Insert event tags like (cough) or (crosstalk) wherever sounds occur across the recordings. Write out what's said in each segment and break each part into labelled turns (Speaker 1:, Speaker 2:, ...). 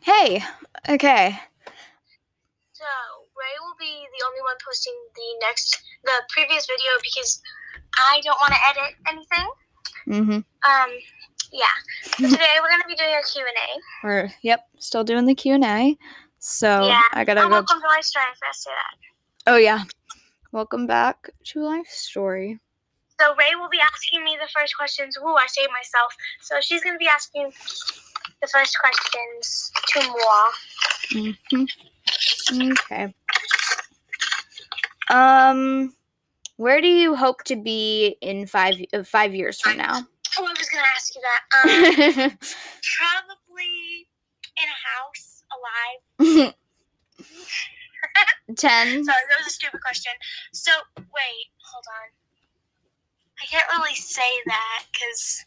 Speaker 1: Hey, okay.
Speaker 2: So Ray will be the only one posting the next, the previous video because I don't want to edit anything.
Speaker 1: Mm-hmm.
Speaker 2: Um,
Speaker 1: (laughs)
Speaker 2: yeah. So today we're gonna be doing a Q and A.
Speaker 1: We're yep, still doing the Q and A. So
Speaker 2: Yeah,
Speaker 1: I gotta
Speaker 2: Oh,
Speaker 1: go.
Speaker 2: welcome to Life Story. I forgot to say that.
Speaker 1: Oh yeah, welcome back to Life Story.
Speaker 2: So Ray will be asking me the first questions. Woo, I saved myself. So she's gonna be asking the first questions to moi.
Speaker 1: hmm Okay. Um, where do you hope to be in five uh, five years from now? (laughs)
Speaker 2: Oh, I was gonna ask you that. Um,
Speaker 1: Mhm.
Speaker 2: probably in a house, alive. Sorry,
Speaker 1: Ten.
Speaker 2: that was a stupid question. So wait, hold on. I can't really say that because.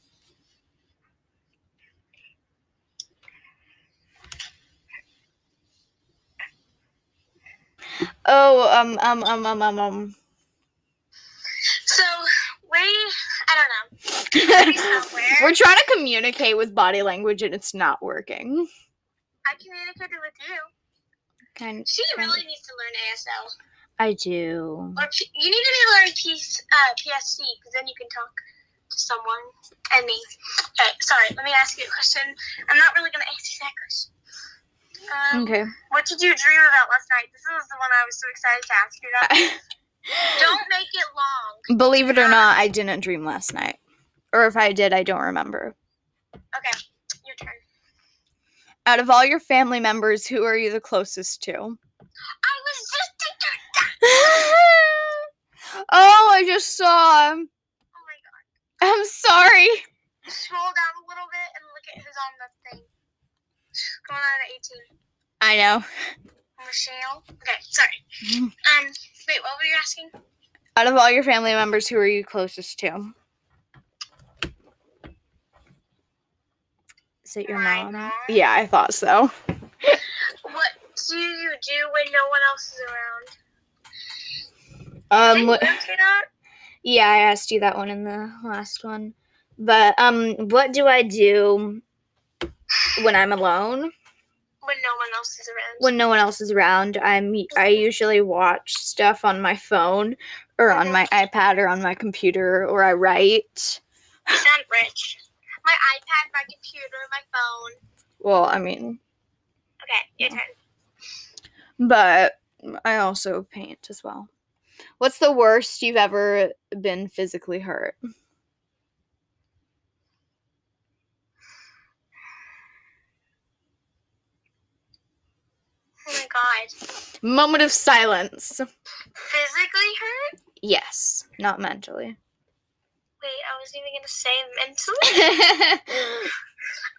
Speaker 1: Oh um um um um um um. (laughs)
Speaker 2: So we, I don't know. somewhere.
Speaker 1: We're trying to communicate with body language and it's not working.
Speaker 2: I communicated with you.
Speaker 1: Kind
Speaker 2: She
Speaker 1: Kind
Speaker 2: really needs to learn ASL,
Speaker 1: I do.
Speaker 2: or P- you need to learn P- uh, PSC because then you can talk to someone and me. Okay, sorry. Let me ask you a question. I'm not really gonna answer that question. Um,
Speaker 1: Okay. (laughs)
Speaker 2: What did you dream about last night? This was the one I was so excited to ask you
Speaker 1: (laughs)
Speaker 2: about. Don't make it long.
Speaker 1: Believe it or not, I didn't dream last night. Or if I did, I don't remember.
Speaker 2: Okay, your turn.
Speaker 1: Out of all your family members, who are you the closest (laughs) to?
Speaker 2: I was just thinking.
Speaker 1: oh, I just saw him.
Speaker 2: Oh my god.
Speaker 1: I'm sorry.
Speaker 2: Scroll down a little bit and look at who's on the thing. Scroll down to 18.
Speaker 1: I know.
Speaker 2: Michelle. Okay, sorry.
Speaker 1: Mhm.
Speaker 2: Um, wait, what were you asking?
Speaker 1: (laughs) Out of all your family members, who are you closest to? Is it your
Speaker 2: My
Speaker 1: mom?
Speaker 2: mom?
Speaker 1: Yeah, I thought so.
Speaker 2: What do you do when no one else is around?
Speaker 1: Um,
Speaker 2: Did
Speaker 1: what-
Speaker 2: you answer that?
Speaker 1: Yeah, I asked you that one in the last one. But um what do I do when I'm alone?
Speaker 2: When no one else is around.
Speaker 1: When no one else is around, I'm I usually watch stuff on my phone or on my iPad or on my computer or I write.
Speaker 2: you sound rich. My iPad, my computer, my phone.
Speaker 1: Well, I mean,
Speaker 2: Okay, your turn.
Speaker 1: but I also paint as well. What's the worst you've ever been physically hurt?
Speaker 2: Oh my god.
Speaker 1: Moment of silence.
Speaker 2: Physically hurt?
Speaker 1: Yes, not mentally. (laughs)
Speaker 2: Wait, I wasn't even gonna say mentally.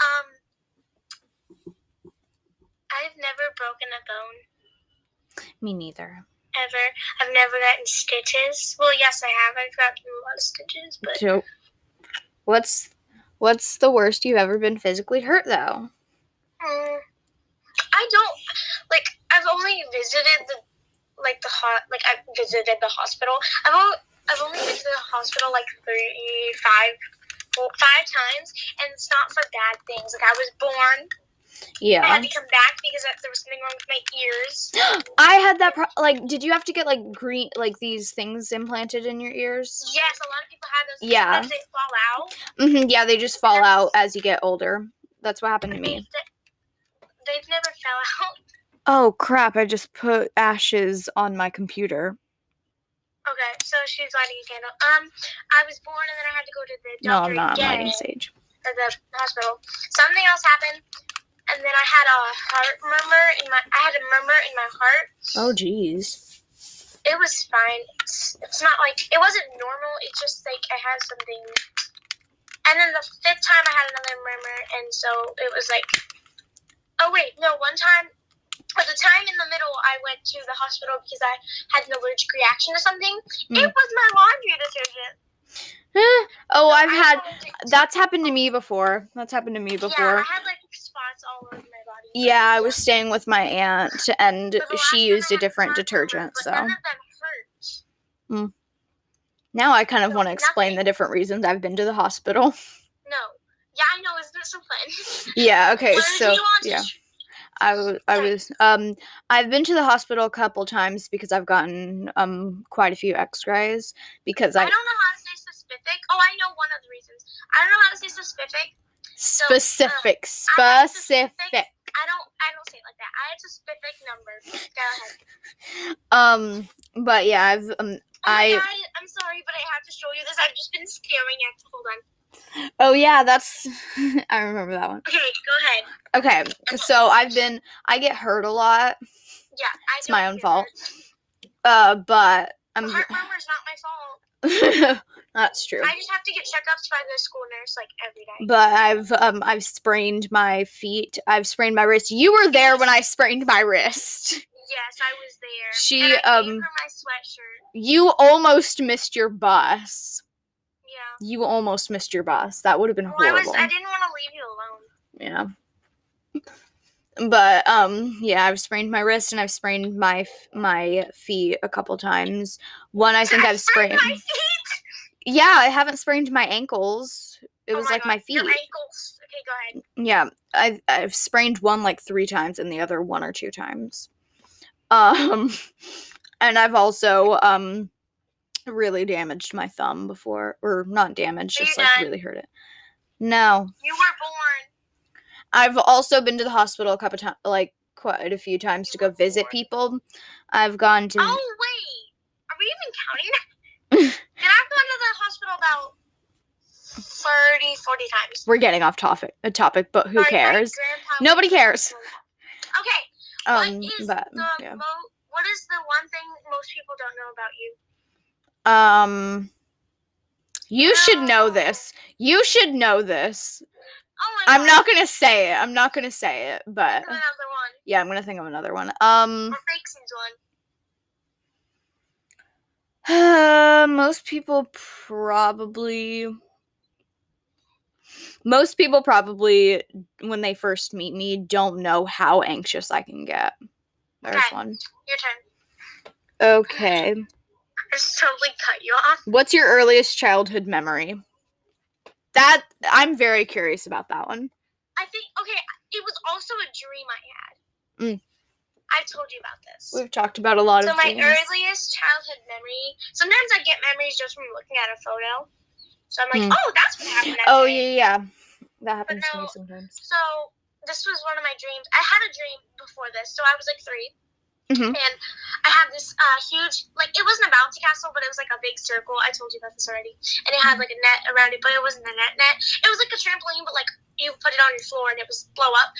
Speaker 2: um, I've never broken a bone,
Speaker 1: Me neither.
Speaker 2: ever. I've never gotten stitches. Well, yes, I have. I've gotten a lot of stitches, but
Speaker 1: So, what's what's the worst you've ever been physically hurt though?
Speaker 2: Mm, I don't like. I've only visited the like the hot like I've visited the hospital. I've only I've only been to the hospital like three five well, five times, and it's not for bad things. Like I was born, I
Speaker 1: Yeah,
Speaker 2: had to come back because I- there was something wrong with my ears.
Speaker 1: I had that. Pro- like, did you have to get like green like these things implanted in your ears?
Speaker 2: Yes, a lot of people have those.
Speaker 1: Yeah.
Speaker 2: sometimes they fall out.
Speaker 1: hmm yeah, they just fall out as you get older. That's what happened to me.
Speaker 2: They- They've never fell (laughs) out.
Speaker 1: Oh crap! I just put ashes on my computer.
Speaker 2: Okay, so she's lighting a candle. Um, I was born and then I had to go to the
Speaker 1: No,
Speaker 2: doctor
Speaker 1: I'm not. I'm lighting
Speaker 2: again.
Speaker 1: sage.
Speaker 2: at the hospital. Something else happened, and then I had a heart murmur in my. I had a murmur in my heart.
Speaker 1: Oh
Speaker 2: (gasps)
Speaker 1: jeez.
Speaker 2: It was fine. It's, it's not like it wasn't normal. It's just like I had something. And then the fifth time I had another murmur, and so it was like, oh wait, no. One time, at the time in the middle, I went to the hospital because I had an allergic reaction to something.
Speaker 1: Hmm.
Speaker 2: It was my laundry detergent.
Speaker 1: oh, I've
Speaker 2: I
Speaker 1: had.
Speaker 2: allergic to-
Speaker 1: That's happened to me before. That's happened to me
Speaker 2: Yeah, I
Speaker 1: before.
Speaker 2: had like spots all over my body.
Speaker 1: Yeah, I was staying with my aunt, and
Speaker 2: But the last
Speaker 1: she
Speaker 2: time I
Speaker 1: used a
Speaker 2: had
Speaker 1: different
Speaker 2: Charmin,
Speaker 1: detergent,
Speaker 2: but
Speaker 1: so.
Speaker 2: None of them hurt.
Speaker 1: Now I kind of
Speaker 2: No,
Speaker 1: want to explain the
Speaker 2: nothing.
Speaker 1: different reasons I've been to the hospital. (laughs)
Speaker 2: No. Yeah, I know. Isn't it so fun?
Speaker 1: Yeah,
Speaker 2: (laughs) Where
Speaker 1: okay,
Speaker 2: do
Speaker 1: so
Speaker 2: you want to
Speaker 1: yeah.
Speaker 2: tr-
Speaker 1: I was, I was, um, I've been to the hospital a couple times because I've gotten um quite a few X-rays because
Speaker 2: I
Speaker 1: I,
Speaker 2: don't know how to say specific. Oh, I know one of the reasons. I don't know how to say specific. so, uh, I
Speaker 1: specific,
Speaker 2: like
Speaker 1: specific.
Speaker 2: specific- I don't. I don't say it like that. I have a specific number. Go ahead.
Speaker 1: Um, but yeah, I've um,
Speaker 2: Oh my
Speaker 1: I
Speaker 2: God, I'm sorry, but I have to show you this. I've just been staring at. Hold on.
Speaker 1: oh yeah, that's (laughs) I remember that one.
Speaker 2: Okay, go ahead.
Speaker 1: Okay, so I've been I get hurt a lot,
Speaker 2: Yeah, I
Speaker 1: It's
Speaker 2: know
Speaker 1: my
Speaker 2: you
Speaker 1: own
Speaker 2: get
Speaker 1: fault.
Speaker 2: hurt.
Speaker 1: uh, but I'm
Speaker 2: Heart murmur is not my fault.
Speaker 1: (laughs) that's true.
Speaker 2: I just have to get checkups by the school nurse like every day.
Speaker 1: But I've um I've sprained my feet. I've sprained my wrist. You were there when I sprained my wrist.
Speaker 2: Yes, I was there.
Speaker 1: She,
Speaker 2: and I gave her
Speaker 1: um,
Speaker 2: my sweatshirt.
Speaker 1: You almost missed your bus.
Speaker 2: Yeah.
Speaker 1: You almost missed your bus. That would have been
Speaker 2: Well, I
Speaker 1: horrible.
Speaker 2: was. I didn't want to leave you alone.
Speaker 1: yeah. But um yeah, I've sprained my wrist and I've sprained my f- my feet a couple times. One I think I've sprained.
Speaker 2: (laughs) my feet.
Speaker 1: Yeah, I haven't sprained my ankles. It
Speaker 2: Oh
Speaker 1: was like
Speaker 2: God,
Speaker 1: my feet.
Speaker 2: Your ankles. Okay, go ahead.
Speaker 1: Yeah, I I've sprained one like three times and the other one or two times. Um, (laughs) and I've also um really damaged my thumb before, or not damaged,
Speaker 2: Are you
Speaker 1: just like
Speaker 2: done?
Speaker 1: really hurt it. No,
Speaker 2: You were born.
Speaker 1: I've also been to the hospital a couple times, like quite a few times to go visit people. I've gone to.
Speaker 2: Oh wait, are we even counting?
Speaker 1: (laughs)
Speaker 2: Did I've gone to the hospital about 30, 40 times.
Speaker 1: We're getting off topic, a topic, but who
Speaker 2: Sorry, my
Speaker 1: cares?
Speaker 2: grandpa was
Speaker 1: Nobody cares.
Speaker 2: Okay.
Speaker 1: Um,
Speaker 2: what is
Speaker 1: but
Speaker 2: the
Speaker 1: yeah.
Speaker 2: mo- what is the one thing most people don't know about you?
Speaker 1: Um, you should know
Speaker 2: No.
Speaker 1: this. You should know this.
Speaker 2: Oh my
Speaker 1: I'm not
Speaker 2: God,
Speaker 1: gonna say it. I'm not gonna say it, but
Speaker 2: think of Another one.
Speaker 1: yeah, I'm gonna think of another one. Um, (sighs)
Speaker 2: Or Fraxin's one.
Speaker 1: most people probably, most people probably when they first meet me don't know how anxious I can get. There's
Speaker 2: Okay.
Speaker 1: one.
Speaker 2: Your turn.
Speaker 1: Okay,
Speaker 2: I just totally cut you off.
Speaker 1: what's your earliest childhood memory? That I'm very curious about that one.
Speaker 2: I think okay. It was also a dream I had.
Speaker 1: Mm.
Speaker 2: I've told you about this.
Speaker 1: We've talked about a lot
Speaker 2: So
Speaker 1: of
Speaker 2: my
Speaker 1: dreams.
Speaker 2: earliest childhood memory. Sometimes I get memories just from looking at a photo. So I'm like,
Speaker 1: Hmm.
Speaker 2: oh, that's what happened. That
Speaker 1: oh yeah,
Speaker 2: day."
Speaker 1: yeah, that happens to me
Speaker 2: no,
Speaker 1: sometimes.
Speaker 2: So this was one of my dreams. I had a dream before this. So I was like 3
Speaker 1: Mhm.
Speaker 2: and I had this uh, huge, like it wasn't a bouncy castle, but it was like a big circle. I told you about this already, and it had like a net around it, but it wasn't a net net. It was like a trampoline, but like you put it on your floor and it was blow up.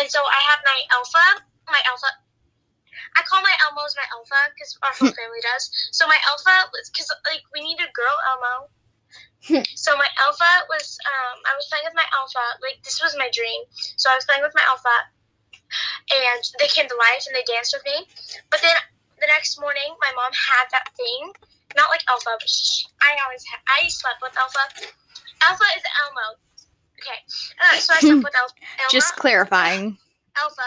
Speaker 2: And so I had my alpha, my alpha. I call my Elmo's my alpha because our whole family does. So my alpha was because like we need a girl Elmo. so my alpha was um, I was playing with my alpha. Like this was my dream. So I was playing with my alpha, and they came to life and they danced with me. But then the next morning, my mom had that thing. Not like alpha, but sh I always ha- I slept with alpha. Alpha is Elmo. Okay, uh,
Speaker 1: (laughs)
Speaker 2: so I slept with Elf- Elmo.
Speaker 1: Just clarifying.
Speaker 2: Alpha.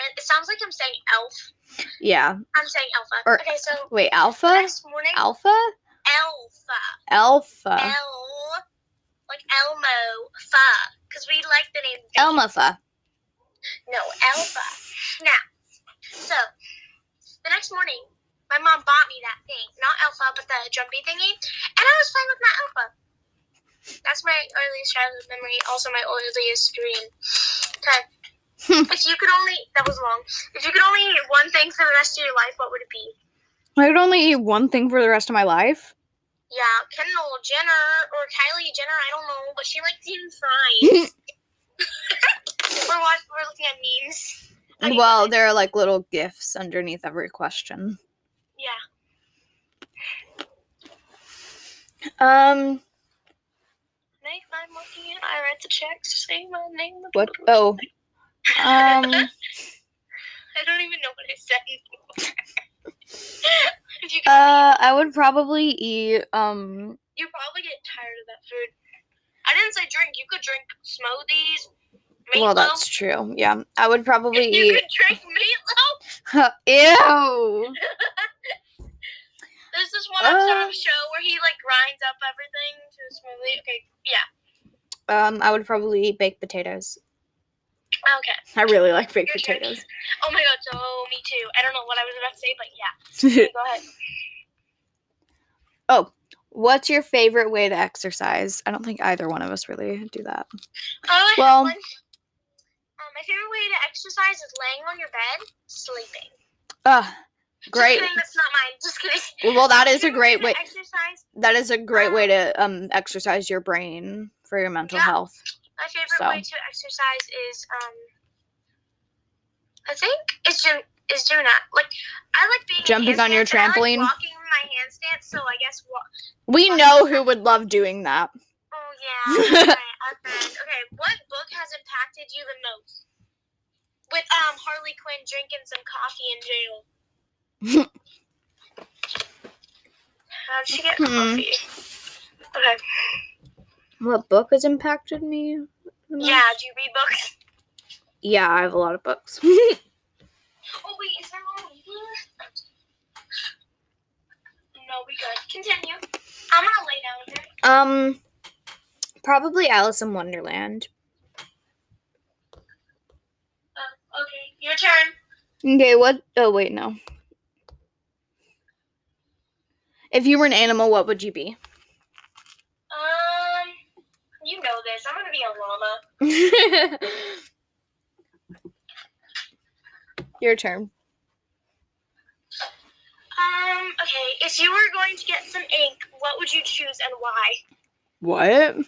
Speaker 2: And it sounds like I'm saying elf.
Speaker 1: Yeah.
Speaker 2: I'm saying alpha.
Speaker 1: Or-
Speaker 2: okay, so
Speaker 1: Wait, alpha?
Speaker 2: next morning,
Speaker 1: Alpha?
Speaker 2: alpha.
Speaker 1: Alpha.
Speaker 2: El, like Elmo, fa. Because we like the name.
Speaker 1: Elmatha.
Speaker 2: No, alpha. now, so the next morning, my mom bought me that thing. Not alpha, but the jumpy thingy. And I was playing with my alpha. That's my earliest childhood memory, also my earliest dream. Okay. if you could only, that was long. If you could only eat one thing for the rest of your life, what would it be?
Speaker 1: I would only eat one thing for the rest of my life.
Speaker 2: Yeah, Kendall Jenner or Kylie Jenner, I don't know, but she likes eating
Speaker 1: (laughs)
Speaker 2: fries. (laughs) we're watching, we're looking at memes. Okay,
Speaker 1: Well, there are like little gifts underneath every question.
Speaker 2: yeah.
Speaker 1: Um,
Speaker 2: Nick, I'm looking at. I read the checks. Say my name. (laughs)
Speaker 1: what? Oh,
Speaker 2: I
Speaker 1: um,
Speaker 2: don't even know what it said. (laughs) if you, could,
Speaker 1: uh, I would probably eat, um,
Speaker 2: you probably get tired of that food. I didn't say drink. You could drink smoothies. Meatloaf.
Speaker 1: well, that's true. Yeah. I would probably
Speaker 2: you
Speaker 1: eat,
Speaker 2: could drink meatloaf.
Speaker 1: (laughs) ew.
Speaker 2: There's this one episode
Speaker 1: Uh.
Speaker 2: of a show where he like grinds up everything to a smoothie. Okay, yeah.
Speaker 1: Um, I would probably eat baked potatoes.
Speaker 2: Okay.
Speaker 1: I really like baked
Speaker 2: Your turn.
Speaker 1: potatoes.
Speaker 2: Oh my god, so me too. I don't know what I was about to say, but yeah. Go ahead.
Speaker 1: (laughs) What's your favorite way to exercise? I don't think either one of us really do that.
Speaker 2: Oh, I
Speaker 1: Well-
Speaker 2: have one. Um, my favorite way to exercise is laying on your bed, sleeping.
Speaker 1: Ah,
Speaker 2: Just
Speaker 1: great.
Speaker 2: kidding, that's not mine. Just kidding.
Speaker 1: Well, (laughs) that is a
Speaker 2: Favorite
Speaker 1: great
Speaker 2: to
Speaker 1: way.
Speaker 2: (laughs) Exercise.
Speaker 1: That is a great way to um exercise your brain for your mental
Speaker 2: Yeah.
Speaker 1: health.
Speaker 2: My favorite
Speaker 1: So.
Speaker 2: way to exercise is um. I think it's gym is gymna- like I like being in
Speaker 1: Jumping on your
Speaker 2: handstands, and I like
Speaker 1: trampoline?
Speaker 2: walking in my handstand. So I guess walk.
Speaker 1: We know who would love doing that.
Speaker 2: Oh yeah. okay, okay. Okay, What book has impacted you the most? With um Harley Quinn drinking some coffee in jail. How'd she get
Speaker 1: Hmm.
Speaker 2: coffee? Okay.
Speaker 1: What book has impacted me? the most?
Speaker 2: Yeah. Do you read books?
Speaker 1: Yeah, I have a lot of books. (laughs)
Speaker 2: Oh wait, is my mom leaving? No, we good. Continue. I'm gonna lay down here.
Speaker 1: um probably Alice in Wonderland.
Speaker 2: Uh, okay, your turn.
Speaker 1: Okay, what oh wait, no. If you were an animal, what would you (laughs) be?
Speaker 2: Um, you know this. I'm gonna be a llama.
Speaker 1: Your turn.
Speaker 2: Um, okay. If you were going to get some ink, what would you choose and why?
Speaker 1: What?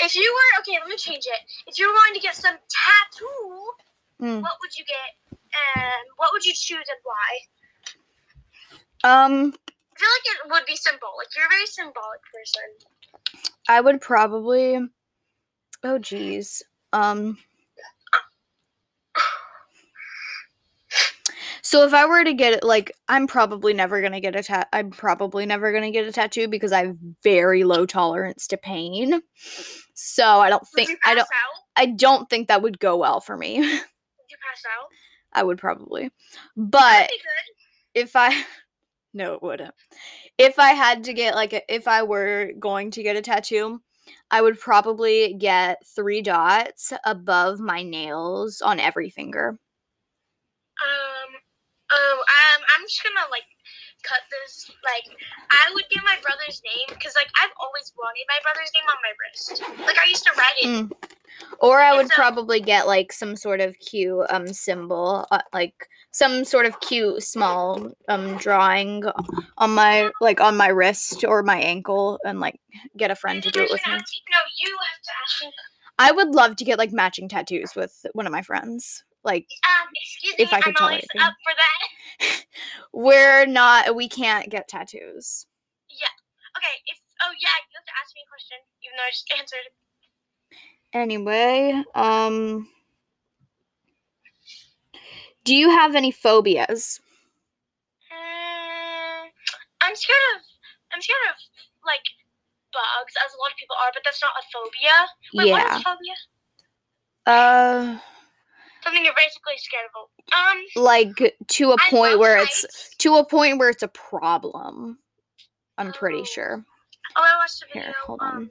Speaker 2: If you were okay, let me change it. If you were going to get some tattoo,
Speaker 1: Hmm.
Speaker 2: what would you get? And what would you choose and why?
Speaker 1: Um,
Speaker 2: I feel like it would be symbolic. You're a very symbolic person.
Speaker 1: I would probably. Oh, geez. Um. So if I were to get it, like, I'm probably never gonna get a tat. I'm probably never gonna get a tattoo because I have very low tolerance to pain. So I don't
Speaker 2: Would
Speaker 1: think
Speaker 2: you
Speaker 1: I
Speaker 2: pass
Speaker 1: don't.
Speaker 2: out?
Speaker 1: I don't think that would go well for me. (laughs)
Speaker 2: Would you pass out?
Speaker 1: I would probably, but
Speaker 2: That'd be good.
Speaker 1: if I (laughs) no, it wouldn't. If I had to get like a, if I were going to get a tattoo, I would probably get three dots above my nails on every finger.
Speaker 2: Um. Oh, um, I'm just gonna like cut this. Like, I would get my brother's name because like I've always wanted my brother's name on my wrist. Like I used to write it.
Speaker 1: Mm. Or I would
Speaker 2: It's a-
Speaker 1: probably get like some sort of cute um symbol, uh, like some sort of cute small um drawing on my like on my wrist or my ankle and like get a friend to
Speaker 2: You
Speaker 1: do it with
Speaker 2: should (laughs)
Speaker 1: me.
Speaker 2: ask no, you have to ask me.
Speaker 1: I would love to get like matching tattoos with one of my friends. Like
Speaker 2: Um, excuse me,
Speaker 1: If I could
Speaker 2: I'm
Speaker 1: tell
Speaker 2: always
Speaker 1: anything.
Speaker 2: up for that.
Speaker 1: we're not we can't get tattoos
Speaker 2: Okay. If oh yeah, you have to ask me a question, even though I just answered.
Speaker 1: anyway um do you have any phobias
Speaker 2: Mm, I'm scared of. I'm scared of like bugs, as a lot of people are, but that's not a phobia. Wait, what
Speaker 1: yeah
Speaker 2: is phobia?
Speaker 1: uh
Speaker 2: Something you're basically scared of. Um,
Speaker 1: like to a
Speaker 2: I
Speaker 1: point
Speaker 2: love
Speaker 1: where it's
Speaker 2: heights.
Speaker 1: to a point where it's a problem i'm pretty
Speaker 2: Oh.
Speaker 1: sure
Speaker 2: Oh, I watched a
Speaker 1: here
Speaker 2: video
Speaker 1: hold
Speaker 2: um,
Speaker 1: on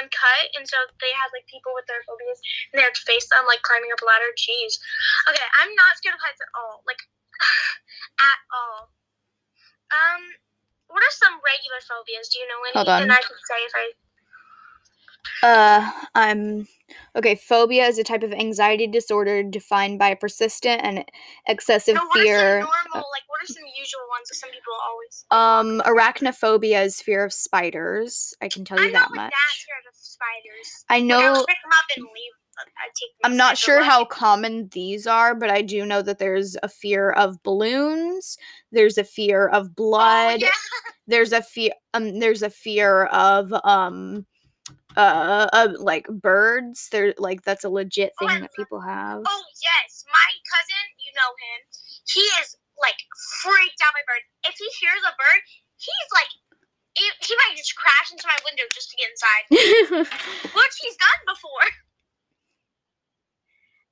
Speaker 2: uncut, and so they had like people with their phobias, and they had to face them like climbing up a ladder. Jeez. Okay, I'm not scared of heights at all. Like, (sighs) at all. Um, what are some regular phobias? Do you know any?
Speaker 1: Hold on.
Speaker 2: And I could say if I.
Speaker 1: uh i'm okay phobia is a type of anxiety disorder defined by persistent and excessive
Speaker 2: No, what
Speaker 1: fear
Speaker 2: are some normal? Like, what are some usual ones that some people always?
Speaker 1: Um, arachnophobia is fear of spiders. I can tell you
Speaker 2: I'm
Speaker 1: that
Speaker 2: not like
Speaker 1: much.
Speaker 2: that scared of spiders.
Speaker 1: I
Speaker 2: Like, I'll
Speaker 1: know.
Speaker 2: pick them up and leave. I take. them
Speaker 1: I'm not
Speaker 2: inside the
Speaker 1: sure
Speaker 2: lab.
Speaker 1: how common these are, but I do know that there's a fear of balloons. There's a fear of
Speaker 2: Oh,
Speaker 1: blood.
Speaker 2: yeah.
Speaker 1: There's a fear. Um, there's a fear of um, uh, uh, like birds. They're like that's a legit
Speaker 2: Oh,
Speaker 1: thing
Speaker 2: I
Speaker 1: that
Speaker 2: love-
Speaker 1: people have.
Speaker 2: Oh yes, my cousin, you know him. He is like freaked out by birds. If he hears a bird, he's like, he, he might just crash into my window just to get inside, oh, which he's done before. (laughs)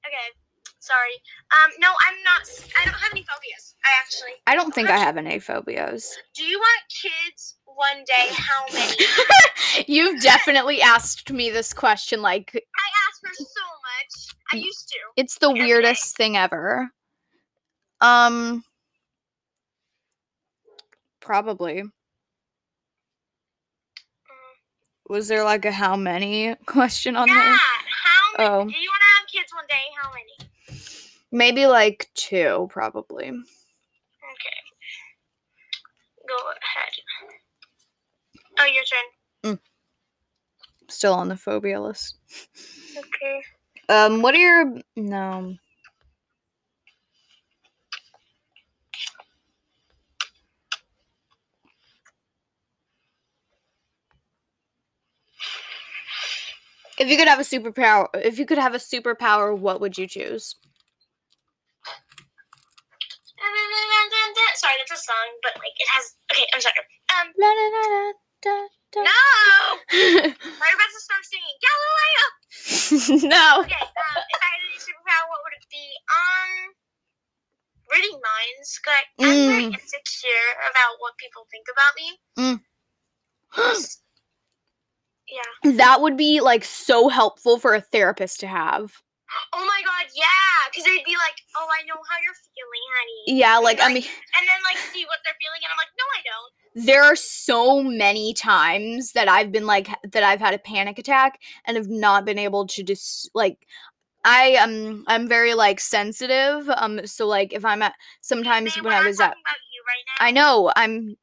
Speaker 2: Okay, sorry. Um, no, I'm not. I don't have any phobias. I actually.
Speaker 1: (laughs) I don't think I have
Speaker 2: (laughs)
Speaker 1: any phobias.
Speaker 2: Do you want kids one day? How many?
Speaker 1: You've definitely asked me this question like
Speaker 2: I asked her so much. I I used to.
Speaker 1: It's the
Speaker 2: Every day.
Speaker 1: weirdest thing ever. Um probably. Was there like a how many (laughs) question on
Speaker 2: yeah.
Speaker 1: there?
Speaker 2: How many?
Speaker 1: Oh.
Speaker 2: Do you want to have kids one day? How many?
Speaker 1: Maybe like two, probably.
Speaker 2: Okay. Go ahead. Oh, your turn.
Speaker 1: Still on the phobia list.
Speaker 2: Okay.
Speaker 1: Um, what are your no? If you could have a superpower, if you could have a superpower, what would you choose?
Speaker 2: Sorry, that's a song, but like it has. Okay, I'm sorry. Um,
Speaker 1: La, la, la, la, da, (laughs)
Speaker 2: no.
Speaker 1: da.
Speaker 2: Right about to start singing Galileo.
Speaker 1: no.
Speaker 2: Okay. Um, if I had any superpower, what would it be? Um, reading minds. 'cause I- I'm very
Speaker 1: Mm.
Speaker 2: insecure about what people think about me. (gasps) Yeah.
Speaker 1: that would be like so helpful for a therapist to have.
Speaker 2: Oh my god, yeah. Because they'd be like, oh, I know how you're feeling, honey.
Speaker 1: Yeah, like I
Speaker 2: Like,
Speaker 1: mean.
Speaker 2: And then, like, see what they're feeling, and I'm like, no, I don't.
Speaker 1: there are so many times that I've been like that I've had a panic attack and have not been able to just like I um I'm very like sensitive um so like if I'm at sometimes
Speaker 2: Babe,
Speaker 1: when
Speaker 2: we're
Speaker 1: I
Speaker 2: not
Speaker 1: was at
Speaker 2: talking about you right now.
Speaker 1: I know I'm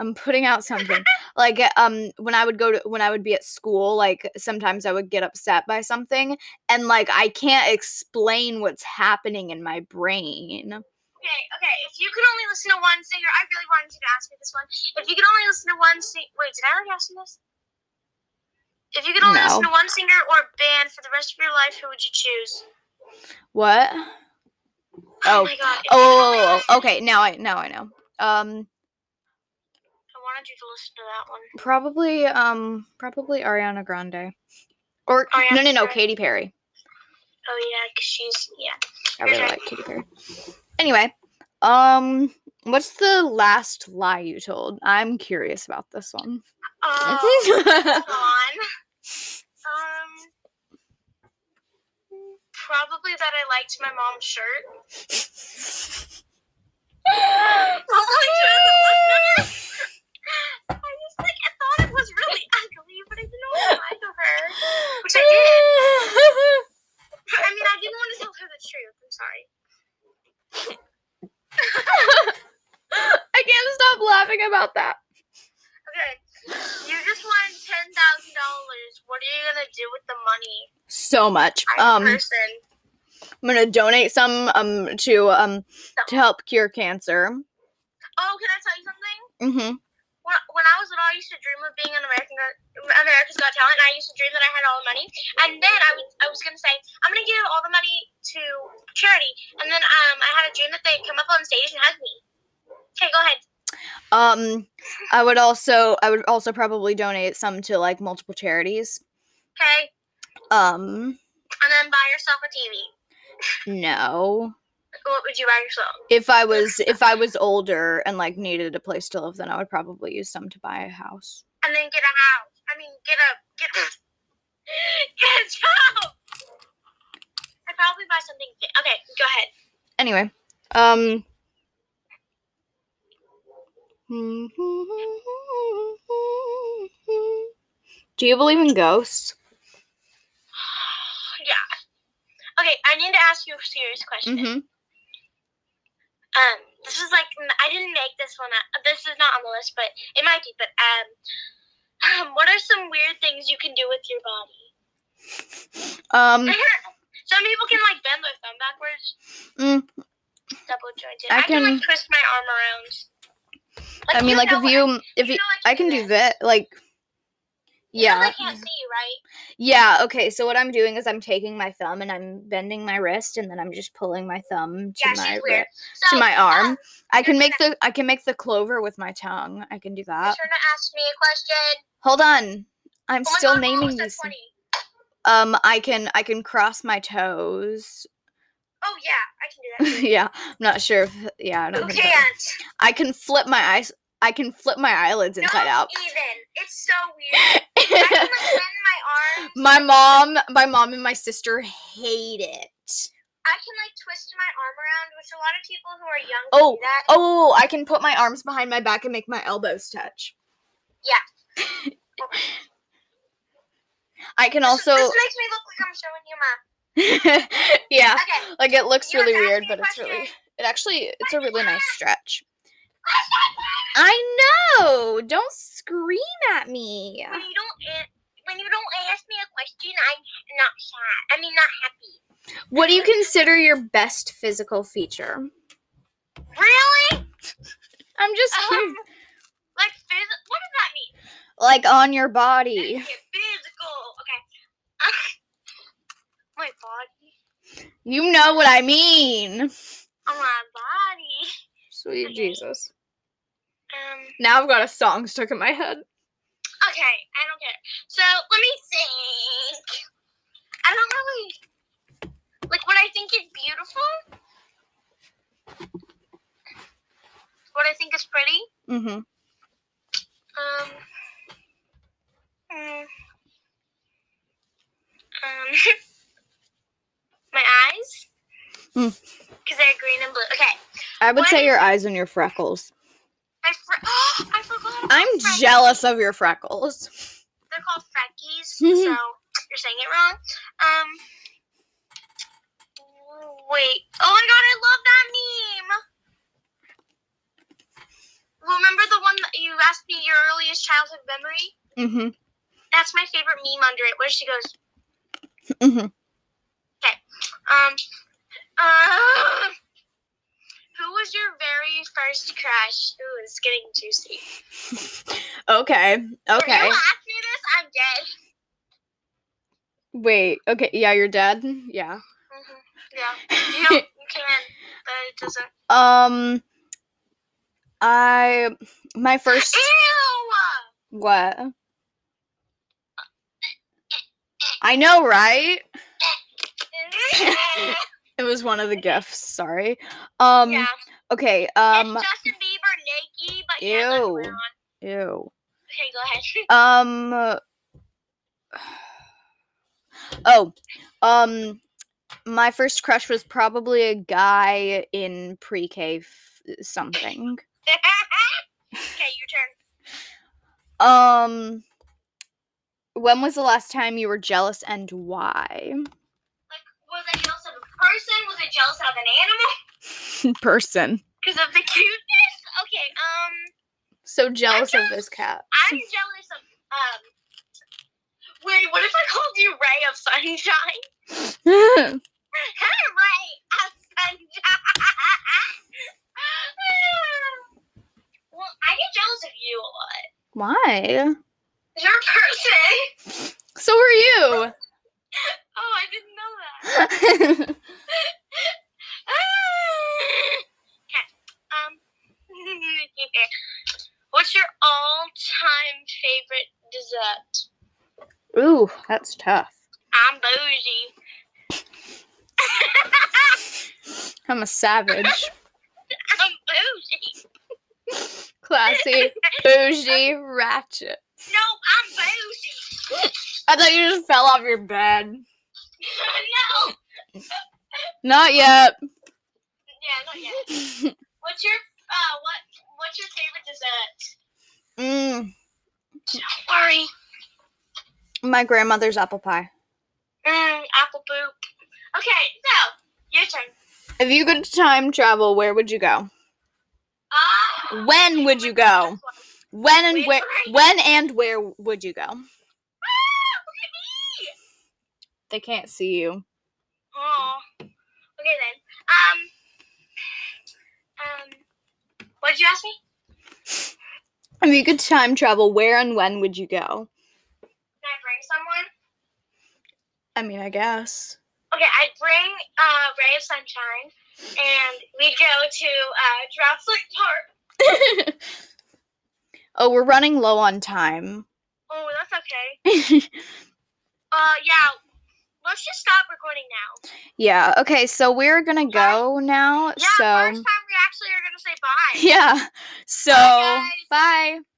Speaker 1: I'm putting out something like uh, um when I would go to when I would be at school like sometimes I would get upset by something and like I can't explain what's happening in my brain.
Speaker 2: Okay, okay. If you could only listen to one singer, I really wanted you to ask me this one. If you could only listen to one sing, wait, did I already ask you this? If you could only listen
Speaker 1: No.
Speaker 2: to one singer or band for the rest of your life, who would you choose?
Speaker 1: What?
Speaker 2: my god.
Speaker 1: Oh,
Speaker 2: if you could only
Speaker 1: Oh,
Speaker 2: listen-
Speaker 1: okay. Now I now I know. Um, oh.
Speaker 2: I wanted you to listen to that one.
Speaker 1: probably um, probably Ariana Grande, or no, no,
Speaker 2: Ariana
Speaker 1: no,
Speaker 2: Grande.
Speaker 1: Katy Perry.
Speaker 2: Oh yeah, 'cause she's
Speaker 1: (laughs)
Speaker 2: yeah.
Speaker 1: I really
Speaker 2: Okay.
Speaker 1: like Katy Perry. Anyway, um, what's the last lie you told? I'm curious about this one.
Speaker 2: Oh, come on. Um, probably that I liked my mom's shirt. Probably should have listened to her. I just like I thought it was really ugly, but I didn't want to lie to her. Which I did. I mean, I didn't want to tell her the truth. I'm sorry.
Speaker 1: I can't stop laughing about that.
Speaker 2: Okay, you just won ten thousand dollars. What are you gonna do with the money?
Speaker 1: So much.
Speaker 2: I'm
Speaker 1: Um,
Speaker 2: a person.
Speaker 1: I'm gonna donate some um to um to help cure cancer.
Speaker 2: Oh, can I tell you something?
Speaker 1: Mm-hmm.
Speaker 2: when, when I was little, I used to dream of being on American Got, America's Got Talent, and I used to dream that I had all the money. And then I was, I was gonna say, I'm gonna give all the money to charity. And then um, I had a dream that they come up on stage and hug me. Okay, go ahead.
Speaker 1: Um, I would also I would also probably donate some to like multiple charities.
Speaker 2: Okay,
Speaker 1: Um,
Speaker 2: and then buy yourself a TV.
Speaker 1: no.
Speaker 2: What would you buy yourself?
Speaker 1: If I was if I was older and like needed a place to live, then I would probably use some to buy a house.
Speaker 2: And then get a house. I mean, get a get a (laughs) get a job. I probably buy something. big. Okay, go ahead.
Speaker 1: Anyway, um. Do you believe in ghosts?
Speaker 2: Yeah. Okay, I need to ask you a serious question.
Speaker 1: Mm-hmm.
Speaker 2: um this is like n- i didn't make this one up uh, this is not on the list but it might be but um, um what are some weird things you can do with your body
Speaker 1: Um,
Speaker 2: (laughs) some people can like bend their thumb backwards
Speaker 1: Mm.
Speaker 2: double jointed
Speaker 1: I
Speaker 2: i, can,
Speaker 1: can-
Speaker 2: like twist my arm around
Speaker 1: I mean,
Speaker 2: you
Speaker 1: like
Speaker 2: know
Speaker 1: if
Speaker 2: I-
Speaker 1: you if you,
Speaker 2: know
Speaker 1: I can do
Speaker 2: that.
Speaker 1: that, like,
Speaker 2: You know
Speaker 1: yeah.
Speaker 2: i can't see you right
Speaker 1: Yeah, okay. So what I'm doing is I'm taking my thumb and I'm bending my wrist and then I'm just pulling my thumb to
Speaker 2: yeah
Speaker 1: my
Speaker 2: she's
Speaker 1: wri-
Speaker 2: weird so
Speaker 1: to my arm.
Speaker 2: um,
Speaker 1: I can
Speaker 2: you're
Speaker 1: make the I can make the clover with my tongue. I can do
Speaker 2: you're
Speaker 1: that.
Speaker 2: trying to ask me a question
Speaker 1: Hold on. I'm
Speaker 2: Oh my
Speaker 1: still
Speaker 2: God, we're
Speaker 1: naming
Speaker 2: almost at
Speaker 1: these. things.
Speaker 2: 20.
Speaker 1: Um I can I can cross my toes. (laughs)
Speaker 2: oh yeah i can do that
Speaker 1: yeah, I'm not sure if yeah, I don't
Speaker 2: who
Speaker 1: think that-
Speaker 2: can't
Speaker 1: I can flip my eyes I can flip my eyelids inside
Speaker 2: no,
Speaker 1: out.
Speaker 2: Even it's so weird.
Speaker 1: (laughs)
Speaker 2: I can like bend my arms.
Speaker 1: my mom, my mom and my sister hate it.
Speaker 2: I can like twist my arm around, which a lot of people who are young
Speaker 1: Oh,
Speaker 2: do that.
Speaker 1: Oh, I can put my arms behind my back and make my elbows touch. I can
Speaker 2: This-
Speaker 1: also
Speaker 2: This makes me look like I'm showing you my.
Speaker 1: (laughs) Yeah.
Speaker 2: Okay.
Speaker 1: Like it looks
Speaker 2: You have
Speaker 1: really
Speaker 2: to ask
Speaker 1: weird,
Speaker 2: me a
Speaker 1: but Ah, it's really (laughs)
Speaker 2: question.
Speaker 1: it actually it's a really nice stretch. I know. Don't scream at me.
Speaker 2: When you don't a- when you don't ask me a question, I'm not sad. I mean, not happy.
Speaker 1: What do you consider your best physical feature?
Speaker 2: Really?
Speaker 1: I'm just
Speaker 2: Um,
Speaker 1: (laughs) curious.
Speaker 2: like phys- What does that mean?
Speaker 1: like on your
Speaker 2: Let's
Speaker 1: body.
Speaker 2: get Physical. Okay. (laughs) my body.
Speaker 1: You know what I mean.
Speaker 2: Oh, my body.
Speaker 1: Sweet
Speaker 2: Okay.
Speaker 1: Jesus.
Speaker 2: Um.
Speaker 1: Now I've got a song stuck in my head.
Speaker 2: Okay. I don't care. So let me think. I don't really like what I think is beautiful. What I think is pretty.
Speaker 1: Mhm.
Speaker 2: Um. mm, Um. (laughs) my eyes.
Speaker 1: Mm.
Speaker 2: Because they're green and blue. Okay.
Speaker 1: I would
Speaker 2: What
Speaker 1: say
Speaker 2: is
Speaker 1: your eyes and your freckles.
Speaker 2: I, fr- (gasps) I forgot. about
Speaker 1: I'm
Speaker 2: freckles.
Speaker 1: jealous of your freckles.
Speaker 2: They're called Freckies, so
Speaker 1: Mhm.
Speaker 2: you're saying it wrong. Um. Wait. Oh my god, I love that meme. Remember the one that you asked me your earliest childhood memory?
Speaker 1: Mhm.
Speaker 2: That's my favorite meme under it, where she goes,
Speaker 1: Mhm.
Speaker 2: Um, uh, who was your very first crush? Ooh, it's getting juicy.
Speaker 1: Okay.
Speaker 2: If you
Speaker 1: Okay.
Speaker 2: ask me this, I'm dead.
Speaker 1: Wait. Okay. Yeah, your dad. Yeah.
Speaker 2: hmm Yeah, you
Speaker 1: (laughs)
Speaker 2: know you can, but it doesn't.
Speaker 1: Um I my first
Speaker 2: Ew!
Speaker 1: what? I know, right? It was one of the gifts, sorry. Um
Speaker 2: yeah,
Speaker 1: okay,
Speaker 2: um,
Speaker 1: um
Speaker 2: it's Justin Bieber naked, but yeah, that's what
Speaker 1: Ew.
Speaker 2: we're on.
Speaker 1: ew.
Speaker 2: Okay, go ahead. (laughs)
Speaker 1: Um uh, Oh, um my first crush was probably a guy in pre-K f- something.
Speaker 2: okay, your turn.
Speaker 1: Um when was the last time you were jealous and why?
Speaker 2: Like, was I jealous of a person? Was I jealous of an animal?
Speaker 1: Person.
Speaker 2: Because of the cuteness? Okay, um.
Speaker 1: So jealous of
Speaker 2: jealous-
Speaker 1: this (laughs) cat.
Speaker 2: I'm jealous of um. Wait, what if I called you Ray of Sunshine? Ray of Sunshine. (laughs) well, I get jealous of you a lot.
Speaker 1: Why?
Speaker 2: You're a person.
Speaker 1: So are you.
Speaker 2: Oh, I didn't know that. (laughs) okay. Um. (laughs) What's your all-time favorite dessert?
Speaker 1: (laughs) Ooh, that's tough.
Speaker 2: I'm (laughs) bougie.
Speaker 1: I'm a savage.
Speaker 2: I'm bougie.
Speaker 1: (laughs) Classy, bougie, ratchet.
Speaker 2: (laughs) No, I'm bougie.
Speaker 1: I thought you just fell off your bed.
Speaker 2: (laughs) no.
Speaker 1: Not yet. (laughs)
Speaker 2: Yeah, not yet. What's your uh what what's your favorite dessert?
Speaker 1: mm,
Speaker 2: Don't worry.
Speaker 1: my grandmother's apple pie.
Speaker 2: Mm, apple boop. Okay, so your turn.
Speaker 1: If you could time travel, where would you go?
Speaker 2: Ah.
Speaker 1: When would you go? When and
Speaker 2: Wait,
Speaker 1: where?
Speaker 2: right.
Speaker 1: When and where would you go?
Speaker 2: Ah,
Speaker 1: They can't see you.
Speaker 2: Oh. Okay then. Um. Um. What did you ask me?
Speaker 1: If you could time travel, where and when would you go?
Speaker 2: Can I bring someone?
Speaker 1: I mean, I guess.
Speaker 2: Okay, I'd bring uh Ray of Sunshine, and we'd go to uh Droplet Park.
Speaker 1: (laughs) oh, we're running (laughs) low on time.
Speaker 2: Oh, that's okay. Uh, yeah. Let's just stop recording now.
Speaker 1: Yeah. Okay. So we're gonna go now.
Speaker 2: Yeah,
Speaker 1: so (laughs)
Speaker 2: first time we actually are gonna say bye.
Speaker 1: yeah. So
Speaker 2: guys.
Speaker 1: bye.